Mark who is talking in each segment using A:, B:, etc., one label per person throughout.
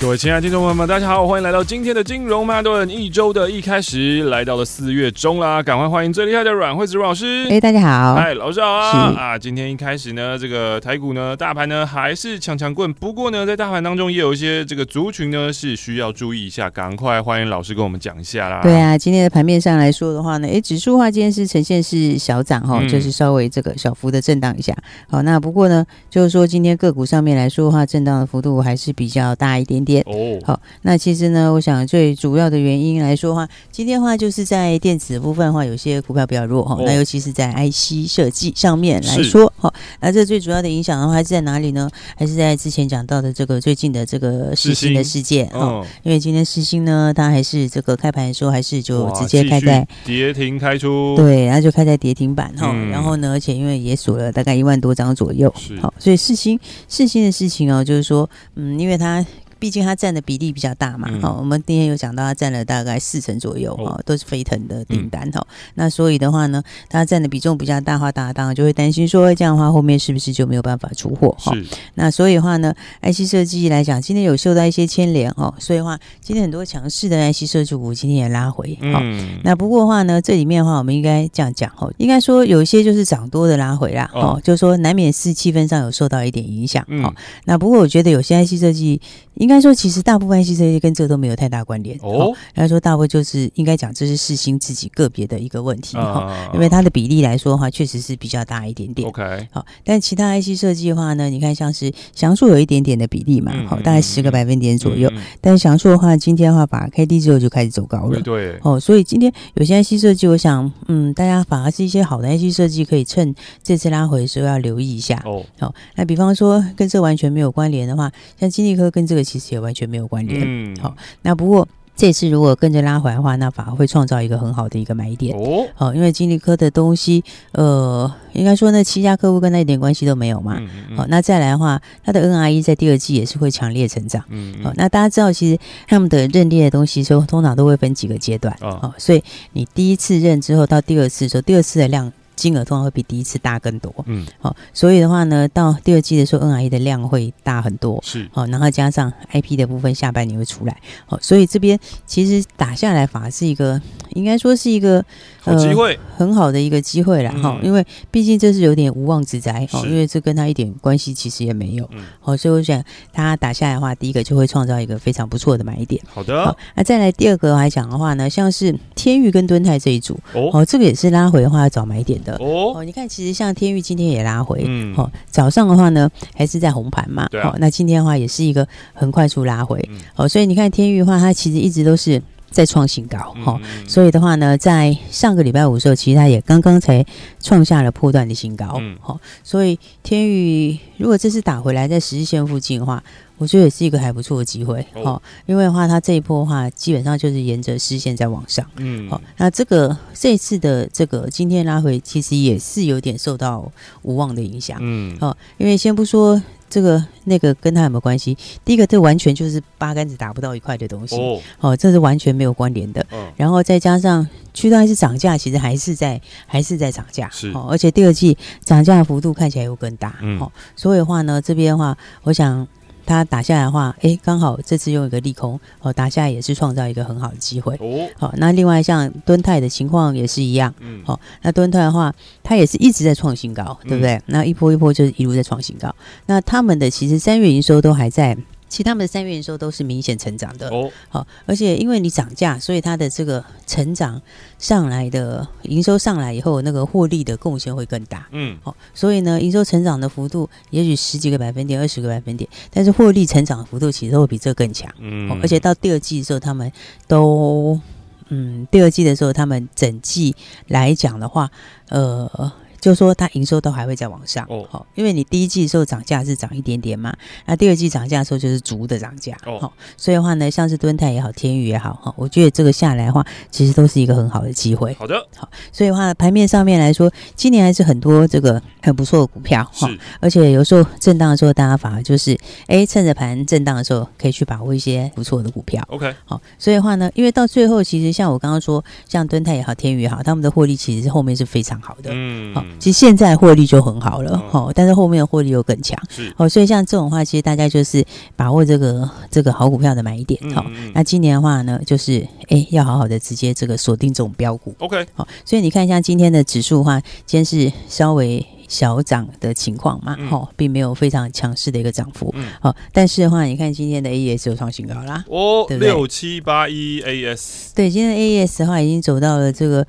A: 各位亲爱的听众朋友们，大家好，欢迎来到今天的金融曼哈顿一周的一开始，来到了四月中啦，赶快欢迎最厉害的阮惠子阮老师。
B: 哎、大家好。
A: 嗨，老师好啊！
B: 是
A: 啊，今天一开始呢，这个台股呢，大盘呢还是强强棍，不过呢，在大盘当中也有一些这个族群呢是需要注意一下，赶快欢迎老师跟我们讲一下啦。
B: 对，啊，今天的盘面上来说的话呢，哎，指数的话今天是呈现是小涨哈，
A: 嗯
B: 就是稍微这个小幅的震荡一下。好，那不过呢，就是说今天个股上面来说的话，震荡的幅度还是比较大一点点。
A: 哦，
B: 好，那其实呢，我想最主要的原因来说的话，今天的话就是在电子部分的话，有些股票比较弱哈、
A: 哦嗯
B: 那尤其是在 IC 设计上面来
A: 是
B: 说，好、那这最主要的影响的话还是在哪里呢？还是在之前讲到的这个最近的这个
A: 世
B: 世新的
A: 新
B: 事件
A: 嗯，
B: 哦。因为今天世新呢，它还是这个开盘的时候还是就
A: 哇
B: 直接开在
A: 继续跌停开出，，
B: 对，然后就开在跌停板哈、
A: 嗯
B: 然后呢，而且因为也锁了大概一万多张左右
A: 是，
B: 好，所以世新世新的事情哦，就是说，嗯，因为它。毕竟它占的比例比较大嘛，
A: 嗯
B: 好、我们今天有讲到它占了大概四成左右，
A: 哦嗯
B: 哦，都是飞腾的订单，哈、那所以的话呢，它占的比重比较大的话，大家当然就会担心说，哎这样的话后面是不是就没有办法出货，哈、
A: 是，
B: 那所以的话呢，IC 设计来讲，今天有受到一些牵连哦，所以的话，今天很多强势的 IC 设计股今天也拉回。好、
A: 嗯，
B: 那不过的话呢，这里面的话，我们应该这样讲哦，应该说有一些就是涨多的拉回啦，
A: 哦
B: 哦，就是说难免是气氛上有受到一点影响、
A: 嗯
B: 哦。那不过我觉得有些 IC 设计，应该说其实大部分 IC 设计跟这都没有太大关联哦。
A: 哦，
B: 应该说大部分就是应该讲这是世新自己个别的一个问题哈、哦
A: 啊
B: 因为它的比例来说的话，确实是比较大一点点。
A: OK，
B: 好，但其他 IC 设计的话呢，你看像是翔数有一点点的比例嘛
A: 嗯，
B: 好、
A: 嗯
B: 大
A: 嗯
B: 概十
A: 嗯
B: 个百分点左右。
A: 嗯，嗯
B: 但翔数的话，今天的话把 K D 之后就开始走高了
A: 对。对，
B: 哦，所以今天有些 IC 设计，我想，嗯，大家反而是一些好的 IC 设计，可以趁这次拉回的时候要留意一下。
A: 哦，
B: 好、那比方说跟这完全没有关联的话，像金立科跟这个其实也完全没有关联。
A: 嗯
B: 好那不过这次如果跟着拉回来的话，那反而会创造一个很好的一个买点。
A: 哦，
B: 好、因为金立科的东西，呃，应该说那七家客户跟他一点关系都没有嘛。
A: 嗯嗯
B: 好、那再来的话，它的 NRE 在第二季也是会强烈成长。
A: 嗯
B: 好、那大家知道，其实他们的认列的东西，就通常都会分几个阶段。
A: 啊
B: 哦，所以你第一次认之后，到第二次的时候，第二次的量金额通常会比第一次大更多。
A: 嗯，
B: 好、所以的话呢，到第二季的时候，NRE 的量会大很多。
A: 是，
B: 好、然后加上 IP 的部分，下半年会出来。好、所以这边其实打下来，反而是一个，应该说是一个
A: 好机会，
B: 很好的一个机会啦，
A: 嗯
B: 哈、因为毕竟这是有点无妄之灾哦，
A: 是
B: 因为这跟他一点关系其实也没有，
A: 嗯
B: 哦，所以我想他打下来的话，第一个就会创造一个非常不错的买点。
A: 好
B: 好、
A: 的，
B: 那再来第二个来讲的话呢，像是天域跟敦泰这一组，
A: 哦，
B: 哦，这个也是拉回的话要找买点的。
A: 哦，
B: 哦，你看，其实像天域今天也拉回，
A: 嗯
B: 哦，早上的话呢还是在红盘嘛，
A: 对啊
B: 哦，那今天的话也是一个很快速拉回，
A: 嗯
B: 哦，所以你看天域的话，它其实一直都是在创新高，哈、哦，
A: 嗯
B: 所以的话呢，在上个礼拜五的时候，其实它也刚刚才创下了破断的新高。
A: 嗯
B: 好、所以天宇如果这次打回来在十日线附近的话，我觉得也是一个还不错的机会。
A: 哦
B: 哦，因为的话，它这一波的话，基本上就是沿着实线在往上。
A: 嗯
B: 好、那这个这一次的这个今天拉回，其实也是有点受到无望的影响。
A: 嗯，
B: 哦，因为先不说这个那个跟它有没有关系，第一个这完全就是八竿子打不到一块的东西。
A: 哦，
B: 哦，这是完全没有关联的。
A: 嗯，
B: 然后再加上驱动还是涨价，其实还是在还是在涨价，
A: 是
B: 哦，而且第二季涨价的幅度看起来又更大，
A: 嗯
B: 哦，所以的话呢，这边的话，我想它打下来的话，诶，刚好这次用一个利空，哦，打下来也是创造一个很好的机会。
A: 哦，
B: 好、那另外像敦泰的情况也是一样，
A: 嗯，
B: 好、那敦泰的话，它也是一直在创新高，对不对？那一波一波就是一路在创新高。那他们的其实三月营收都还在，其实他们的三月营收都是明显成长的，
A: 哦，
B: 好，而且因为你涨价，所以它的这个成长上来的营收上来以后，那个获利的贡献会更大。
A: 嗯，
B: 好、所以呢，营收成长的幅度也许十几个百分点、二十个百分点，但是获利成长的幅度其实会比这更强、
A: 嗯
B: 哦。而且到第二季的时候，他们都嗯，第二季的时候，他们整季来讲的话，呃。就说它营收都还会再往上
A: 哦
B: 哦因为你第一季的时候涨价是涨一点点嘛，那第二季涨价的时候就是逐的涨价
A: 哦
B: 哦所以的话呢，像是敦泰也好，天宇也好哈、哦我觉得这个下来的话，其实都是一个很好的机会。
A: 好的，
B: 所以的话，盘面上面来说，今年还是很多这个很不错的股票哈、
A: 是
B: 而且有时候震荡的时候，大家反而就是哎，趁着盘震荡的时候，可以去把握一些不错的股票。
A: OK，
B: 好、所以的话呢，因为到最后，其实像我刚刚说，像敦泰也好，天宇也好，他们的获利其实是后面是非常好的。
A: 嗯
B: 好、，其实现在获利就很好了，
A: 嗯
B: 好、但是后面的获利又更强。
A: 是，
B: 哦，所以像这种话，其实大家就是把握这个这个好股票的买点，好、
A: 嗯
B: 那今年的话呢，就是哎，要好好的直接这个锁定这种标股，
A: OK，
B: 好、所以你看，像今天的指数的话，今天是稍微小涨的情况嘛，
A: 嗯
B: 哈、并没有非常强势的一个涨幅，
A: 嗯
B: 好、但是的话，你看今天的 AES 有创新高啦，
A: 哦，
B: 对不对
A: 六七八一 AS，
B: 对，今天 AES 的话已经走到了这个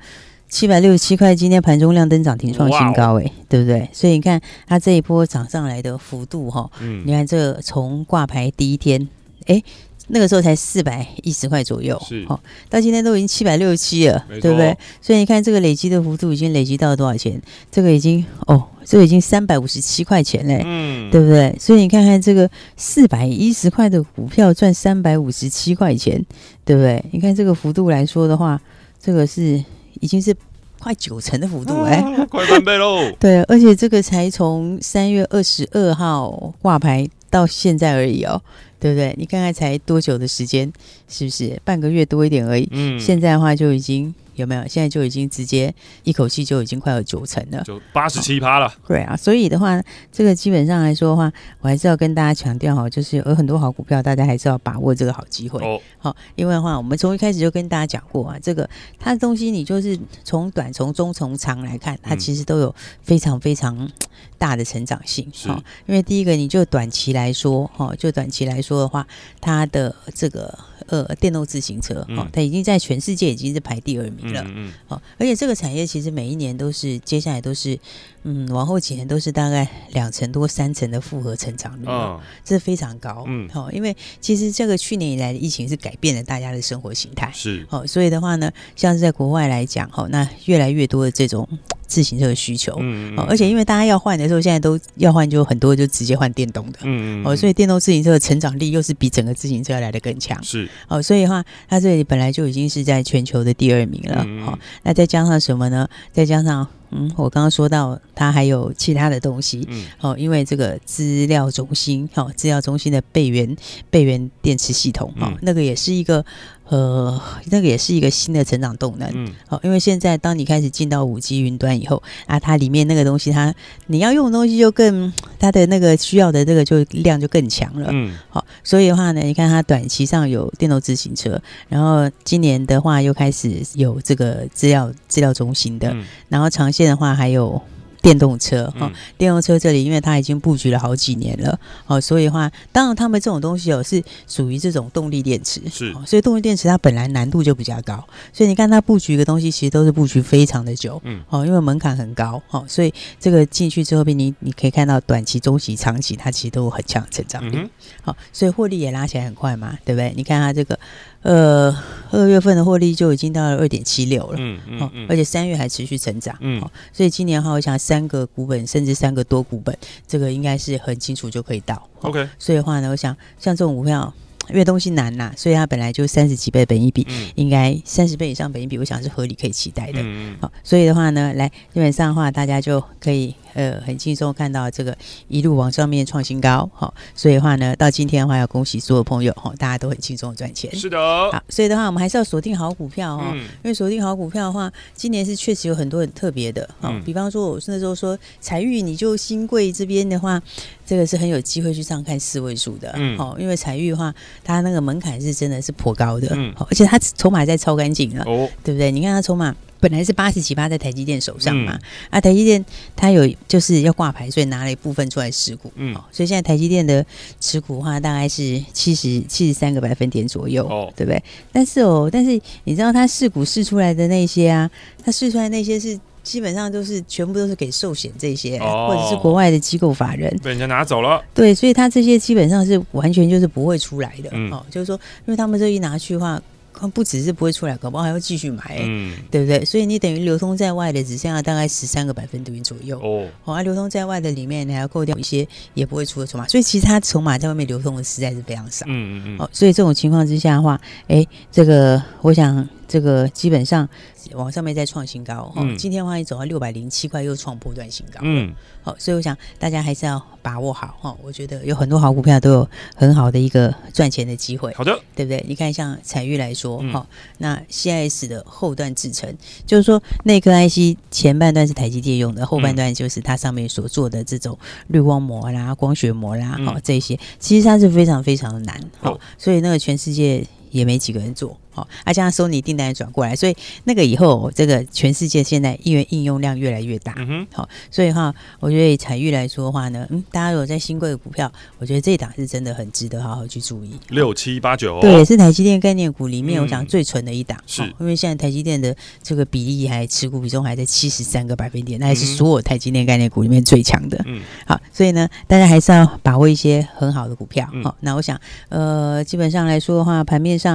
B: 七百六十七块，今天盘中亮灯涨停创新高、
A: 哦
B: 诶，对不对？所以你看它这一波涨上来的幅度哈、你
A: 嗯，
B: 看这个从挂牌第一天，哎，那个时候才四百一十块左右，
A: 是
B: 哦，到今天都已经七百六十七了
A: 没，错
B: 对不对？所以你看这个累积的幅度已经累积到多少钱？这个已经哦，这个已经三百五十七块钱嘞。
A: 嗯，
B: 对不对？所以你看看这个四百一十块的股票赚三百五十七块钱，对不对？你看这个幅度来说的话，这个是已经是快九成的幅度哎、！
A: 啊快翻倍喽
B: 对，而且这个才从三月二十二号挂牌到现在而已哦，对不对？你看看才多久的时间，是不是半个月多一点而已？
A: 嗯，
B: 现在的话就已经有没有？现在就已经直接一口气就已经快有九成了。
A: 就八十七趴了，
B: 对啊，所以的话，这个基本上来说的话，我还是要跟大家强调哈，就是有很多好股票，大家还是要把握这个好机会。
A: 哦，
B: 好、因为的话，我们从一开始就跟大家讲过啊，这个它的东西你就是从短、从中、从长来看，它
A: 嗯
B: 其实都有非常非常大的成长性。
A: 是
B: 因为第一个，你就短期来说，哈、就短期来说的话，它的这个呃电动自行车，哈、
A: 嗯
B: 它已经在全世界已经是排第二名
A: 嗯
B: 了。
A: 嗯
B: 哦，而且这个产业其实每一年都是，接下来都是，嗯，往后几年都是大概两成多、三成的复合成长率
A: 嗯，
B: 哦，
A: 嗯，
B: 这非常高。
A: 嗯
B: 嗯，好、因为其实这个去年以来的疫情是改变了大家的生活形态。
A: 是，
B: 哦，所以的话呢，像是在国外来讲，哦，那越来越多的这种自行车的需求，
A: 嗯
B: 哦，而且因为大家要换的时候，现在都要换，就很多就直接换电动的。
A: 嗯
B: 哦，所
A: 以
B: 以电动自行车的成长力又是比整个自行车来的更强
A: 嗯是
B: 哦，所以的话，它这里本来就已经是在全球的第二名
A: 嗯
B: 了。哦，那再加上什么呢？再加上，嗯，我刚刚说到它还有其他的东西，
A: 嗯
B: 哦，因为这个资料中心，哦，资料中心的备源备源电池系统，哦，
A: 嗯
B: 那个也是一个，呃，那个也是一个新的成长动能。
A: 嗯
B: 哦，因为现在当你开始进到五 G 云端以后啊，它里面那个东西它，你要用的东西就更，它的那个需要的这个就量就更强了。
A: 嗯
B: 好、所以的话呢，你看它短期上有电动自行车，然后今年的话又开始有这个资料资料中心的，
A: 嗯
B: 然后长线的话还有。电动车哦哈、
A: 嗯
B: 电动车这里，因为它已经布局了好几年了，哦，所以的话，当然他们这种东西哦是属于这种动力电池，
A: 是
B: 哦所以动力电池它本来难度就比较高，所以你看它布局一个东西，其实都是布局非常的久，
A: 嗯
B: 哦，因为门槛很高，哦，所以这个进去之后，你你可以看到短期、中期、长期，它其实都有很强的成长
A: 嗯
B: 力。
A: 哼
B: 好、所以获利也拉起来很快嘛，对不对？你看它这个，呃，二月份的获利就已经到了二点七六了。
A: 嗯
B: 哦
A: 嗯，嗯，
B: 而且三月还持续成长，
A: 嗯
B: 哦，所以今年的话，我想三个股本甚至三个多股本，这个应该是很清楚就可以到。哦
A: OK，
B: 所以的话呢，我想像这种股票，因为东西难呐、所以它本来就三十几倍本一比，
A: 嗯
B: 应该三十倍以上本一比，我想是合理可以期待的。
A: 嗯
B: 好，所以的话呢，来基本上的话，大家就可以呃很轻松看到这个一路往上面创新高。好、所以的话呢，到今天的话，要恭喜所有朋友，好、大家都很轻松地赚钱。
A: 是的，
B: 好，所以的话，我们还是要锁定好股票哦。
A: 嗯
B: 因为锁定好股票的话，今年是确实有很多很特别的哦
A: 嗯
B: 比方说，我那时候说彩玉，你就新贵这边的话，这个是很有机会去上看四位数的。
A: 嗯
B: 哦，因为彩玉的话，它那个门槛是真的是颇高的，
A: 嗯
B: 哦而且它筹码在超干净啊了，
A: 哦，
B: 对不对？你看它筹码。本来是八十几趴在台积电手上嘛，
A: 嗯
B: 啊，台积电它有就是要挂牌，所以拿了一部分出来持股，
A: 嗯
B: 哦，所以现在台积电的持股的话大概是七十七十三个百分点左右，
A: 哦
B: 对不对？但是哦，但是你知道它试股试出来的那些啊，它试出来那些是基本上都是全部都是给寿险这些，啊
A: 哦
B: 或者是国外的机构法人，
A: 被人家拿走了，
B: 对，所以它这些基本上是完全就是不会出来的、
A: 嗯
B: 哦，就是说，因为他们这一拿去的话。可不只是不会出来，搞不好还会继续买、
A: 嗯，
B: 对不对？所以你等于流通在外的只剩下大概十三个百分点左右。
A: 哦，
B: 哦，啊，流通在外的里面，你还要扣掉一些也不会出的筹码，所以其实它筹码在外面流通的实在是非常少。
A: 嗯嗯嗯，
B: 哦，所以这种情况之下的话，哎，这个我想这个基本上往上面再创新高，哦，
A: 嗯
B: 今天的话也走到六百零七块，又创波段新高，
A: 嗯，
B: 好、所以我想大家还是要把握好哈、哦。我觉得有很多好股票都有很好的一个赚钱的机会，
A: 好的，
B: 对不对？你看像彩玉来说，哈、
A: 嗯
B: 那 CIS 的后段制成，就是说那颗 IC 前半段是台积电用的，后半
A: 嗯
B: 段就是它上面所做的这种滤光膜啦、光学膜啦，哈、
A: 嗯
B: 这些，其实它是非常非常的难，哈、
A: 哦
B: 所以那个全世界。也没几个人做，好、哦，啊，加上索尼订单也转过来，所以那个以后，这个全世界现在因为应用量越来越大，
A: 嗯哼，
B: 所以哈，我觉得以彩玉来说的话呢，嗯，大家如果在新贵的股票，我觉得这一档是真的很值得好好去注意。
A: 六七八九，
B: 对，也是台积电概念股里面，
A: 哦嗯
B: 我想最纯的一档，
A: 是
B: 哦因为现在台积电的这个比例还持股比重还在七十三个百分点，那还是
A: 嗯
B: 所有台积电概念股里面最强的。
A: 嗯，
B: 好，所以呢，大家还是要把握一些很好的股票。好、
A: 嗯
B: 那我想，呃，基本上来说的话，盘面上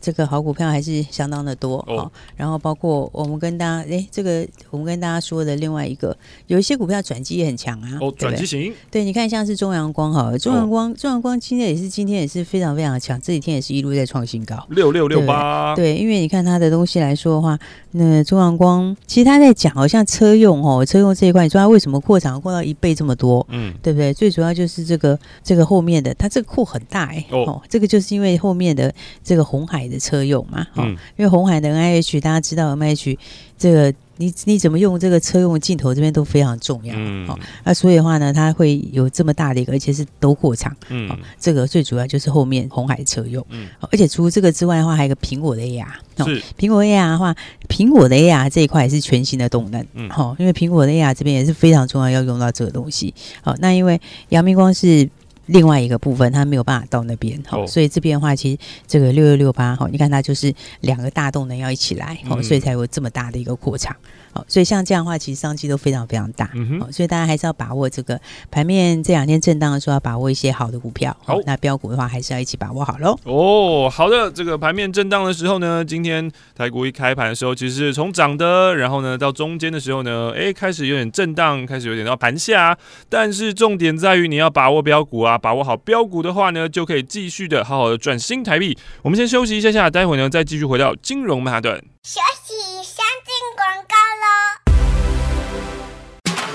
B: 这个好股票还是相当的多。
A: 哦
B: 好然后包括我们跟大家，哎，这个我们跟大家说的另外一个，有一些股票转机也很强啊。
A: 哦，
B: 对不
A: 转
B: 对
A: 机型，
B: 对，你看像是中阳光
A: 哦
B: 好了，中阳光、中阳光今天也是今天也是非常非常强，这几天也是一路在创新高。
A: 六六六八，
B: 对，因为你看它的东西来说的话，那中阳光其实他在讲，好像车用哦，车用这一块，你说它为什么扩产扩到一倍这么多？
A: 嗯，
B: 对不对？最主要就是这个这个后面的，它这个库很大哎、
A: 哦
B: 这个就是因为后面的这个红海的车用嘛，哦，
A: 嗯
B: 因为红海的 NIH 大家知道 NIH 这个你你怎么用这个车用镜头这边都非常重要，
A: 嗯
B: 哦，那所以的话呢，它会有这么大的一个，而且是都扩厂，
A: 嗯
B: 哦，这个最主要就是后面红海车用，
A: 嗯
B: 哦而且除这个之外的话，还有一个苹果的 AR，哦
A: 是，
B: 苹果 AR 的话，苹果的 AR 这一块也是全新的动能，
A: 嗯
B: 好、因为苹果的 AR 这边也是非常重要，要用到这个东西。好、那因为阳明光是另外一个部分，它没有办法到那边，好、
A: 哦
B: 所以这边的话，其实这个六六六八，哦好，你看它就是两个大动能要一起来，好、
A: 嗯
B: 所以才有这么大的一个扩场，好、所以像这样的话，其实商机都非常非常大，
A: 嗯哼
B: 好、所以大家还是要把握这个盘面这两天震荡的时候，要把握一些好的股票，
A: 好
B: 那标股的话，还是要一起把握好喽。
A: 哦，好的。这个盘面震荡的时候呢，今天台股一开盘的时候，其实是从涨的，然后呢到中间的时候呢，哎，开始有点震荡，开始有点到盘下。但是重点在于你要把握标股啊，把握好标股的话呢，就可以继续的好好的赚新台币。我们先休息一下下，待会呢再继续回到金融曼哈顿。
C: 学习先进广告喽。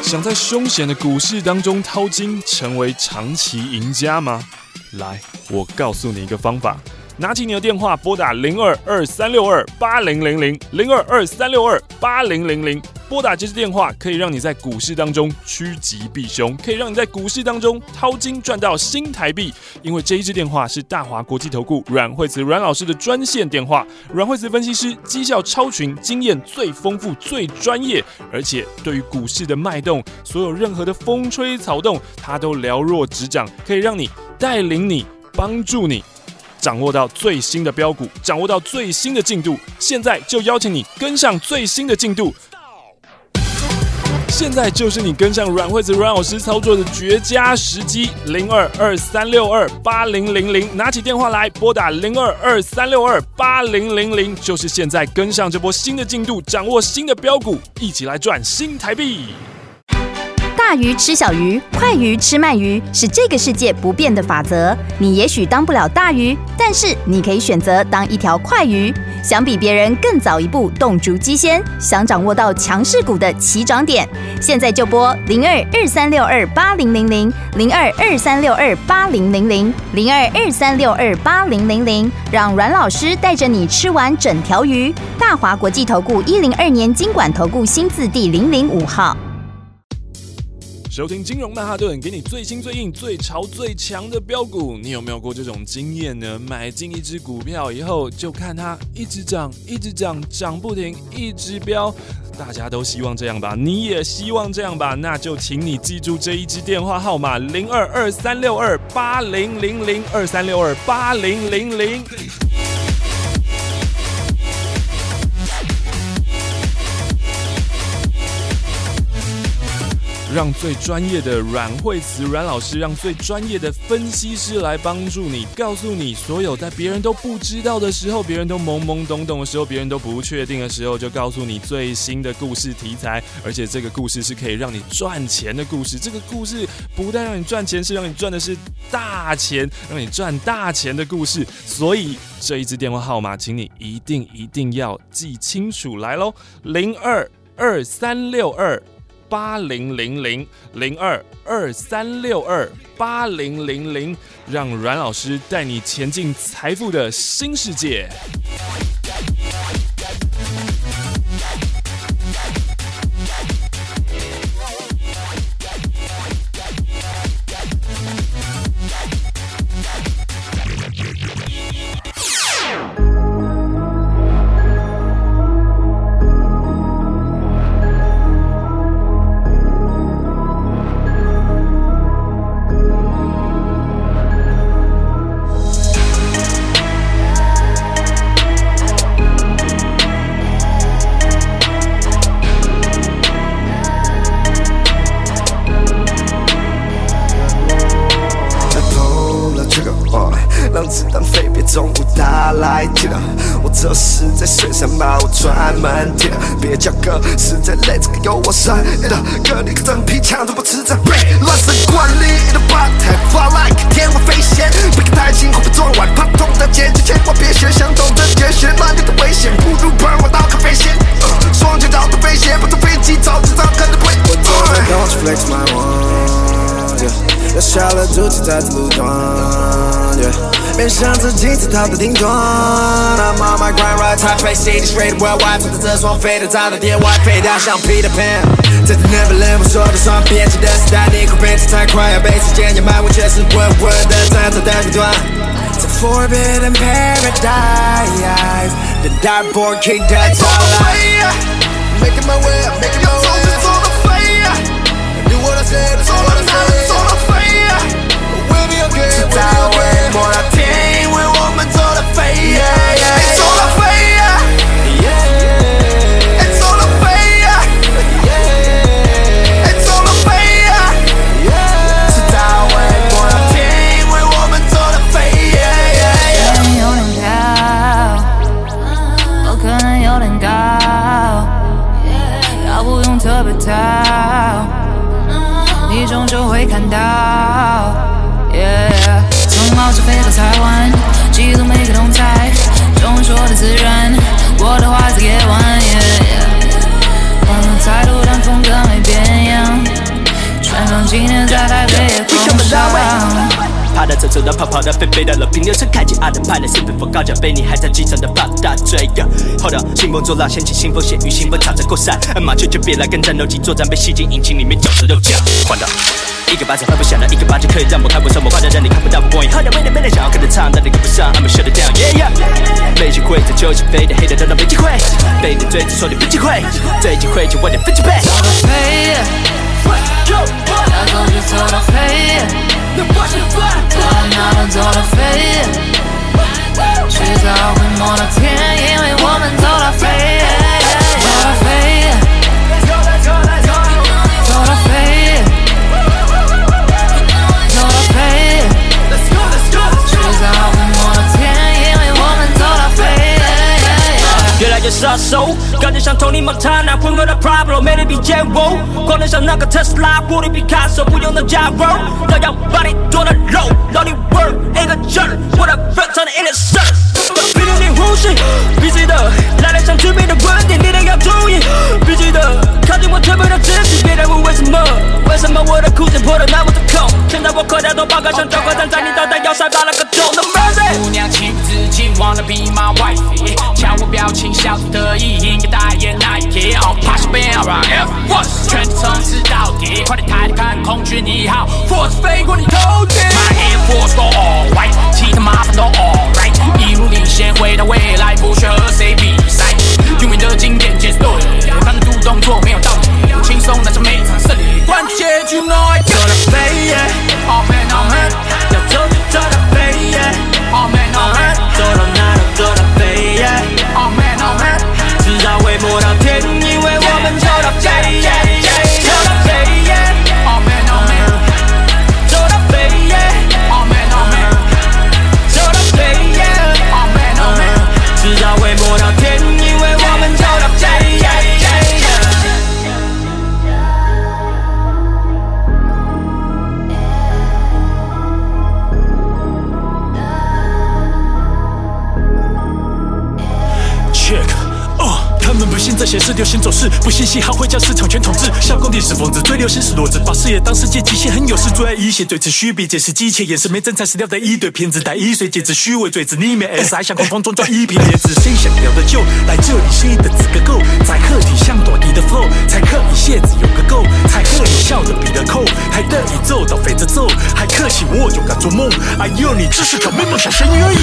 D: 想在凶险的股市当中淘金，成为长期赢家吗？
A: 来，我告诉你一个方法，拿起你的电话拨打零二二三六二八零零零零二二三六二八零零零，拨打这支电话可以让你在股市当中趋吉避凶，可以让你在股市当中掏金赚到新台币。因为这一支电话是大华国际投顾阮惠慈阮老师的专线电话，阮惠慈分析师绩效超群，经验最丰富、最专业，而且对于股市的脉动，所有任何的风吹草动，他都了若指掌，可以让你带领你、帮助你掌握到最新的标股，掌握到最新的进度。现在就邀请你跟上最新的进度。现在就是你跟上阮惠子阮老师操作的绝佳时机，零二二三六二八零零零，拿起电话来拨打零二二三六二八零零零，就是现在跟上这波新的进度，掌握新的标股，一起来赚新台币。
E: 大鱼吃小鱼，快鱼吃慢鱼，是这个世界不变的法则。你也许当不了大鱼，但是你可以选择当一条快鱼。想比别人更早一步动足机先，想掌握到强势股的起涨点，现在就拨零二二三六二八零零零零二二三六二八零零零零二二三六二八零零零，让阮老师带着你吃完整条鱼。大华国际投顾一零二年经管投顾新字第零零五号。
A: 收听金融曼哈顿，给你最新最硬、最潮最强的标股。你有没有过这种经验呢？买进一只股票以后，就看它一直涨，一直涨，涨不停，一直飙。大家都希望这样吧，你也希望这样吧？那就请你记住这一支电话号码：零二二三六二八零零零二三六二八零零零。让最专业的阮慧慈阮老师，让最专业的呃分析师来帮助你，告诉你所有在别人都不知道的时候，别人都懵懵懂懂的时候，别人都不确定的时候，就告诉你最新的故事题材，而且这个故事是可以让你赚钱的故事。这个故事不但让你赚钱，是让你赚的是大钱，让你赚大钱的故事。所以这一支电话号码，请你一定一定要记清楚来喽，零二二三六二。八零零零零二二三六二八零零零，让阮老师带你前进财富的新世界。
F: 他偷了这个哦，让子弹飞别中午打来听了。我这是在水上把我专门听了，别叫哥，实在累，这个由我删的。哥，你个整皮强都不吃这背，乱神惯力的吧台，fly like 天外飞仙，别个太轻，会被撞歪，怕痛的结局，千万别学，想懂的绝学，乱流的危险，不如喷我刀客飞仙，呃双拳刀的飞鞋，不坐飞机，早知道可能会。呃
G: Don't you flex my wand, yeah. 要下了注记在这路段，yeah. 面向着镜子套的顶端。I'm on my grind right, type face city straight worldwide，穿着这双飞的炸的电外配搭像 Peter Pan。在这 Neverland，我说的算偏激的时代，你快变得太快，要被时间掩埋，我却是稳稳的站在单边端。The forbidden paradise, the dark born king that's all I. Making my way, up, making my way. up. Do what I said, that's all I said. We'll be okay, we'll be okay. 我的天，为我们做了飞跃。
F: It's all a failure, it's all a failure, it's all a failure.
G: 我的天，为我们做了飞跃。
H: 可能有点高，我可能有点高，要不用特别讨，你终究会看到。Yeah，从澳洲飞到台湾，记录每个动态，中文说的自然，我的话在夜晚。Yeah，我们态度但风格没变样，穿上今天在台北夜空上。
I: 爬的、走走的、跑跑的、飞飞的了，平流车开启阿的派的，是被我高脚杯，你还在机场的怕大醉呀。后头兴风作浪，掀起腥风血雨，腥风插着扩散，马雀就别来跟战斗机作战，被吸进引擎里面绞着肉酱，换到。一个巴掌拍不响的，一个巴掌可以让我开我什么快乐，让你看不到我光影。喝点味的没人想要跟着唱，但你跟不上，I'ma shut it down。Yeah yeah，被击溃的就是飞的，黑的都让被击溃，被你追着说你不击溃，最忌讳就问你分几倍。
H: 飞，要走就走到飞，我哪能走到飞？迟早会摸到天，因为我们走到飞，走到飞，走到飞，走到飞，迟早会摸到天，因为我们走到飞。
I: 越来越杀手，感觉像 Tony Montana，混合的 Pablo，美丽比剑舞，光能像那个特斯拉，玻璃比卡手，不用那加油，都要把你剁了肉，让你 work 一个劲儿，我的 friend 穿的 inner shirt。比你的呼吸，必须的，来了像致命的观点，你得要注意，必须的，靠近我特别的知己，别再问为什么，为什么我的裤子破的那么的空，现在我口袋都爆开，像找个站在你脑袋腰塞爆了个洞，No mercy。
J: 姑娘情自禁，wanna be my wife，瞧我表情笑得意，应该代言 Nike。哦，怕是被 Aura F One 全程吃到底，快点抬头看空军一号，Force 飞过你头顶。My Air Force go all white，其他麻烦都 all right，一路领先回到未来，不需要和谁比赛。用你的经典节奏，他的度动作没有道理，轻松拿下每场胜利。关键就 know I got it。
I: 飞耶，
J: All Oh, man, all man,
I: 要走就走到飞耶，
J: all man, all
F: Uh-huh.
J: man,
I: 走到哪都走到飞耶，
J: all man, all man。
I: 迟早会摸到天，因为我们走到飞耶，走到飞耶。
F: Uh-huh. Uh-huh.
K: 哦这些是流行走势，不信息好会将市场全统治。下工地是疯子，最流行是裸子，把视野当世界极限，很有事最爱一些，最持虚比解释机械，眼神没真材实料的一堆骗子，带一水解子虚伪，最子逆面 S 还想狂风中抓一瓶椰子，谁想聊的就来这里，新的资格够，载客体像短笛的 flow，才克你蟹子有个够，才克你笑的比的扣，还得你揍到肥着揍，还客气我就敢做梦，哎呦你这是挑妹梦想深渊。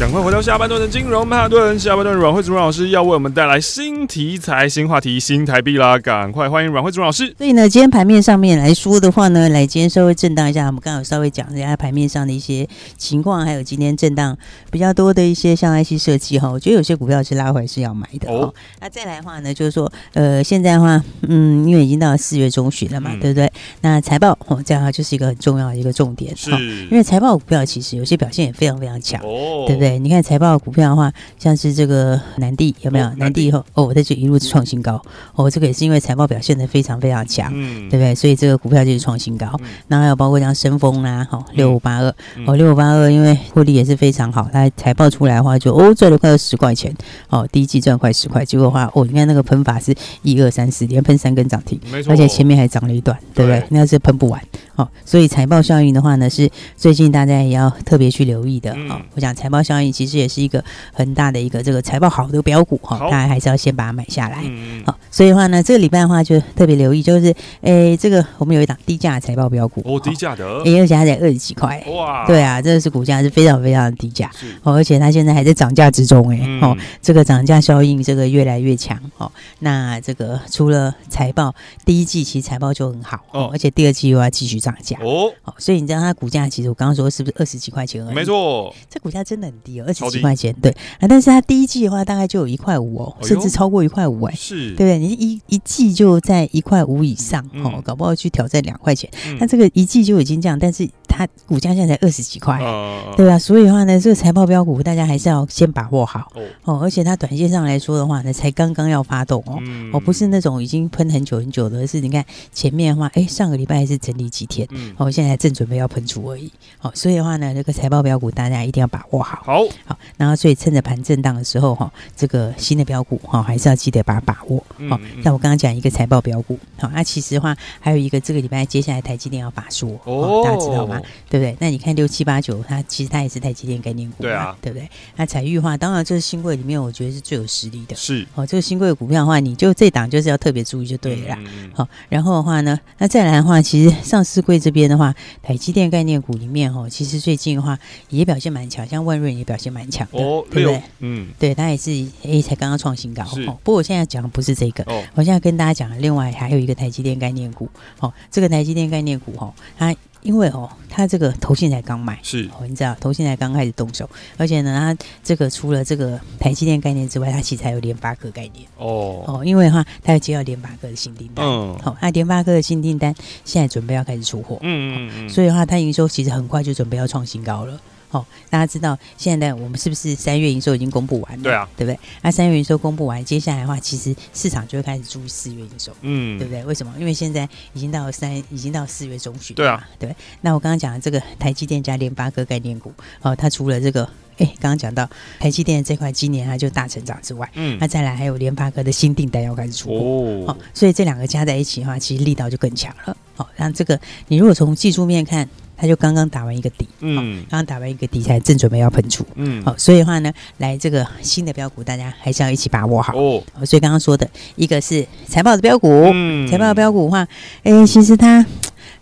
A: 赶快回到下半段的金融曼哈顿，下半段阮慧主任老师要为我们带来新题材、新话题、新台币啦！赶快欢迎阮慧主任老师。
B: 所以呢，今天盘面上面来说的话呢，来今天稍微震荡一下，我们刚好稍微讲一下盘面上的一些情况，还有今天震荡比较多的一些像 IC 设计哈，我觉得有些股票是拉回来是要买的
A: 哦
B: 哦。那再来的话呢，就是说呃，现在的话，嗯，因为已经到了四月中旬了嘛，
A: 嗯
B: 对不对？那财报哦，这样的话就是一个很重要的一个重点
A: 是
B: 哦 因为财报股票其实有些表现也非常非常强。
A: 哦
B: 对不？对？你看财报股票的话，像是这个南地有没有
A: 哦？
B: 南地以后哦，在这一路创新高哦，这个也是因为财报表现的非常非常强，
A: 嗯
B: 对不对？所以这个股票就是创新高。那还有包括像深丰啦，
A: 嗯
B: 哈、六五八二哦，六五八二，因为获利也是非常好，它财报出来的话就哦赚了快要十块钱哦，第一季赚快十块，结果的话哦，你看那个喷法是一二三四，连喷三根涨停，
A: 没错，
B: 而且前面还涨了一段，对不对
A: 哦对？
B: 那是喷不完哦。所以财报效应的话呢，是最近大家也要特别去留意的
A: 嗯
B: 哦。我想财报效应其实也是一个很大的一个这个财报好的标股哈、
A: 好
B: 哦，大家还是要先把它买下来。
A: 嗯
B: 好，所以的话呢，这个礼拜的话就特别留意，就是诶，这个我们有一档低价财报标股，
A: 哦，低价的，
B: 诶，而且它才二十几块，
A: 哇，
B: 对啊，这个是股价是非常非常低价
A: 是，
B: 哦，而且它现在还在涨价之中，哎、
A: 嗯，
B: 哦，这个涨价效应这个越来越强哦。那这个除了财报，第一季其实财报就很好
A: 哦
B: 哦，而且第二季又要继续涨价。
A: 哦，
B: 哦，所以你知道它股价其实我刚刚说是不是二十几块钱而已？
A: 没，错，
B: 这股价真的很低哦，二十
A: 超低
B: 几块钱。对啊，但是它第一季的话大概就有一块五哦
A: 哎，呦
B: 甚至超过一块五哎，
A: 是，
B: 对不对？你一一季就在一块五以上哦
A: 嗯，
B: 搞不好去挑战两块钱。
A: 嗯
B: 它这个一季就已经这样，但是它股价现在才二十几块，
A: 呃，
B: 对啊，所以的话呢，这个财报标股大家还是要先把握好
A: 哦
B: 哦而且它短线上来说的话呢，才刚刚要发动哦。
A: 嗯
B: 哦，不是，那种已经喷很久很久的，而是你看前面的话，哎，上个礼拜还是整理几天，
A: 嗯，
B: 哦，现在正准备要喷出而已。哦，所以的话呢，这个财报标股大家一定要把握好，
A: 好，
B: 好，然后所以趁着盘震荡的时候哈、哦这个新的标股哈、还是要记得把它把握。
A: 嗯
B: 哦
A: 嗯，
B: 像我刚刚讲一个财报标股，好、那、其实的话还有一个这个礼拜接下来台积电要法说，
A: 哦，
B: 大家知道吗？？对不对？那你看六七八九，它其实它也是台积电概念股嘛，
A: 对啊
B: 对不对？那彩玉的话，当然这是新贵里面，我觉得是最有实力的。
A: 是，
B: 哦，这个新贵的股票的话，你就这档就是要特别注意就对了啦。
A: 嗯，
B: 好、然后的话呢，那再来的话，其实上市柜这边的话，台积电概念股里面哦，其实最近的话也表现蛮强，像万润也表现蛮强的，
A: 哦，
B: 对不
A: 六
B: 对？，
A: 嗯，
B: 对，它也是诶，才刚刚创新高。
A: 是
B: 哦，不过我现在讲的不是这个，
A: 哦，
B: 我现在跟大家讲，另外还有一个台积电概念股，哦，这个台积电概念股哦，它因为哦，它这个投信才刚买。
A: 是，
B: 哦，你知道，投信才刚开始动手，而且呢，它这个除了这个台积电概念之外，它其实还有联发科概念
A: 어. 哦，
B: 哦，因为的话，它要接到联发科的新订单，
A: 嗯
B: 好、那联发科的新订单现在准备要开始出货，
A: 嗯嗯嗯，
B: 所以的话，它营收其实很快就准备要创新高了。哦，大家知道现在我们是不是三月营收已经公布完了？
A: 对啊，
B: 对不对？那三月营收公布完，接下来的话，其实市场就会开始注意四月营收。
A: 嗯，
B: 对不对？为什么？因为现在已经到三，已经到四月中旬了
A: 对啊
B: 嘛，对不对。那我刚刚讲的这个台积电加联发科概念股，哦，它除了这个，哎，刚刚讲到台积电这块今年它就大成长之外，
A: 嗯
B: 那，再来还有联发科的新订单要开始出货。
A: 哦
B: 哦，，所以这两个加在一起的话，其实力道就更强了。哦，那这个你如果从技术面看，它就刚刚打完一个底，
A: 嗯
B: 刚刚打完一个底才正准备要喷出。
A: 嗯，
B: 哦，所以的话呢，来这个新的标股，大家还是要一起把握好。
A: 哦，
B: 哦，所以刚刚说的一个是财报的标股，
A: 嗯
B: 财报的标股的话，哎、其实它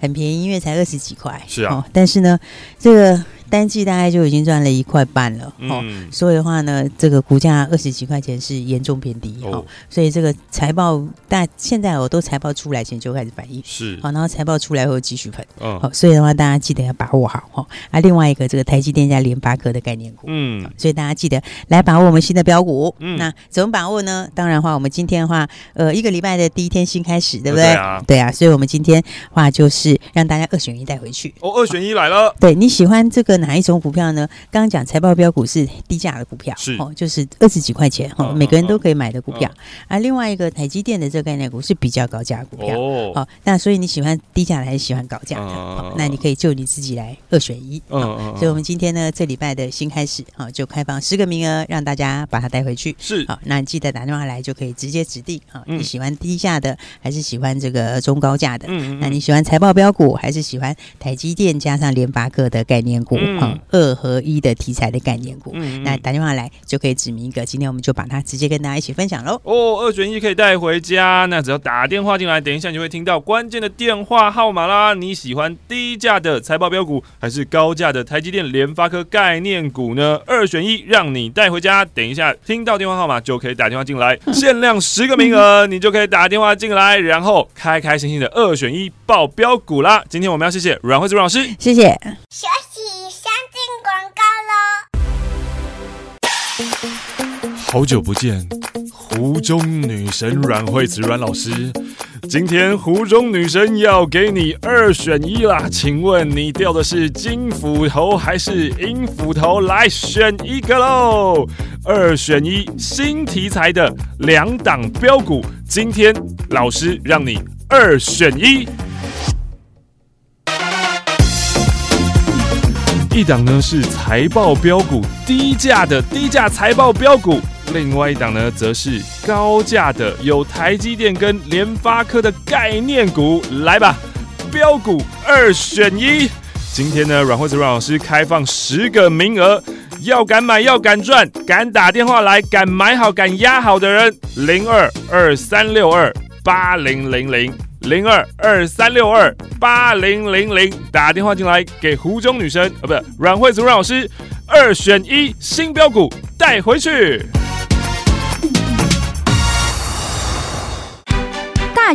B: 很便宜，因为才二十几块，
A: 是啊
B: 哦，但是呢，这个单季大概就已经赚了一块半了，哦。
A: 嗯，
B: 所以的话呢，这个股价二十几块钱是严重偏低哦
A: 哦，，
B: 所以这个财报大现在我都财报出来前就开始反应，
A: 是，
B: 好，然后财报出来后继续喷，
A: 嗯
B: 好、所以的话大家记得要把握好哦。啊，另外一个这个台积电加联发科的概念股，
A: 嗯，
B: 所以大家记得来把握我们新的标股。
A: 嗯
B: 那怎么把握呢？当然的话，我们今天的话，呃，一个礼拜的第一天新开始，对不
A: 对
B: 对？
A: 啊
B: 所以我们今天的话就是让大家二选一带回去。
A: 어, 哦，二选一来了，
B: 对你喜欢这个哪一种股票呢？刚刚讲财报标股是低价的股票，
A: 是
B: 哦，就是二十几块钱哦，
A: 嗯
B: 每个人都
A: 嗯
B: 可以买的股票
A: 嗯。
B: 啊，另外一个台积电的这个概念股是比较高价的股票。
A: 哦，
B: 哦，那所以你喜欢低价的还是喜欢高价的？
A: 嗯
B: 好那你可以就你自己来二选一。
A: 嗯
B: 好
A: 嗯嗯
B: 所以我们今天呢，这礼拜的新开始啊、哦就开放十个名额，让大家把它带回去。
A: 是
B: 好、那你记得打电话来就可以直接指定啊、哦
A: 嗯
B: 你喜欢低价的还是喜欢这个中高价的？
A: 嗯嗯
B: 那你喜欢财报标股还是喜欢台积电加上联发科的概念股啊、
A: 嗯
B: 哦二合一的题材的概念股？
A: 嗯嗯
B: 那打电话来就可以指明一个，今天我们就把它直接跟大家一起分享喽。
A: 哦，二选一可以带回家。那只要打电话进来，等一下你就会听到关键的电话号码啦。你喜欢低价的财报标股，还是高价的台积电、联发科概念股呢？二选一，让你带回家。等一下听到电话号码就可以打电话进来，限量十个名额，你就可以打电话进来，然后开开心心的二选一报标股啦。今天我们要谢谢阮慧珠老师。
B: 谢谢。
C: 休息，先进广告喽。
A: 好久不见，湖中女神阮惠慈阮老师，今天湖中女神要给你二选一啦，请问你掉的是金斧头还是银斧头？来选一个喽，二选一，新题材的两档标股，今天老师让你二选一。一档呢是财报标股低价的低价财报标股，另外一档呢则是高价的有台积电跟联发科的概念股。来吧，标股二选一。今天呢，阮惠子阮老师开放十个名额，要敢买要敢赚，敢打电话来，敢买好敢压好的人，零二二三六二八零零零。零二二三六二八零零零，打电话进来给湖中女神啊，不是阮慧竹阮老师，二选一新标股带回去。
E: 大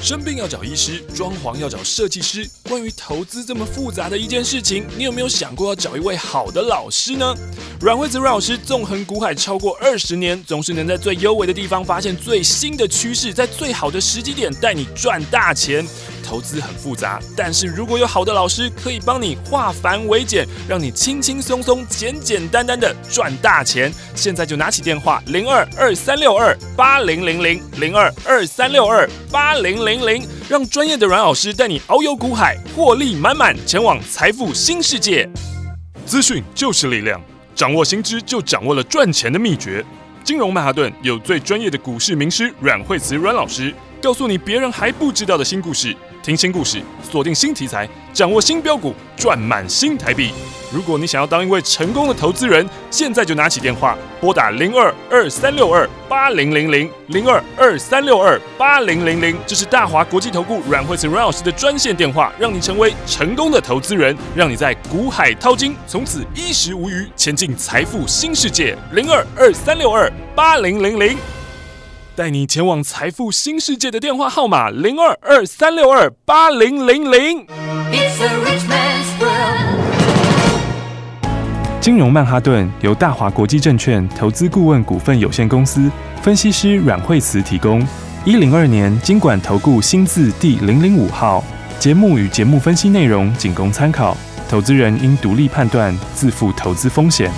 A: 生病要找医师，装潢要找设计师。关于投资这么复杂的一件事情，你有没有想过要找一位好的老师呢？阮惠子阮老师纵横股海超过二十年，总是能在最优微的地方发现最新的趋势，在最好的时机点带你赚大钱。投资很复杂，但是如果有好的老师可以帮你化繁为简，让你轻轻松松、简简单单的赚大钱。现在就拿起电话零二二三六二八零零零零二二三六二八零零零，让专业的阮老师带你遨游股海，获利满满，前往财富新世界。资讯就是力量，掌握新知就掌握了赚钱的秘诀。金融曼哈顿有最专业的股市名师阮惠慈阮老师，告诉你别人还不知道的新故事，听新故事，锁定新题材，掌握新标股，赚满新台币。如果你想要当一位成功的投资人，现在就拿起电话拨打零二二三六二八零零零零二二三六二八零零零，这是大华国际投顾阮惠慈阮老师的专线电话，让你成为成功的投资人，让你在股海淘金，从此衣食无虞，前进财富新世界。零二二三六二八零零零。带你前往财富新世界的电话号码零二二三六二八零零零。
H: It's a rich man's world.
D: 金融曼哈顿由大华国际证券投资顾问股份有限公司分析师阮惠慈提供。一零二年经管投顾新字第零零五号。节目与节目分析内容仅供参考，投资人应独立判断，自负投资风险。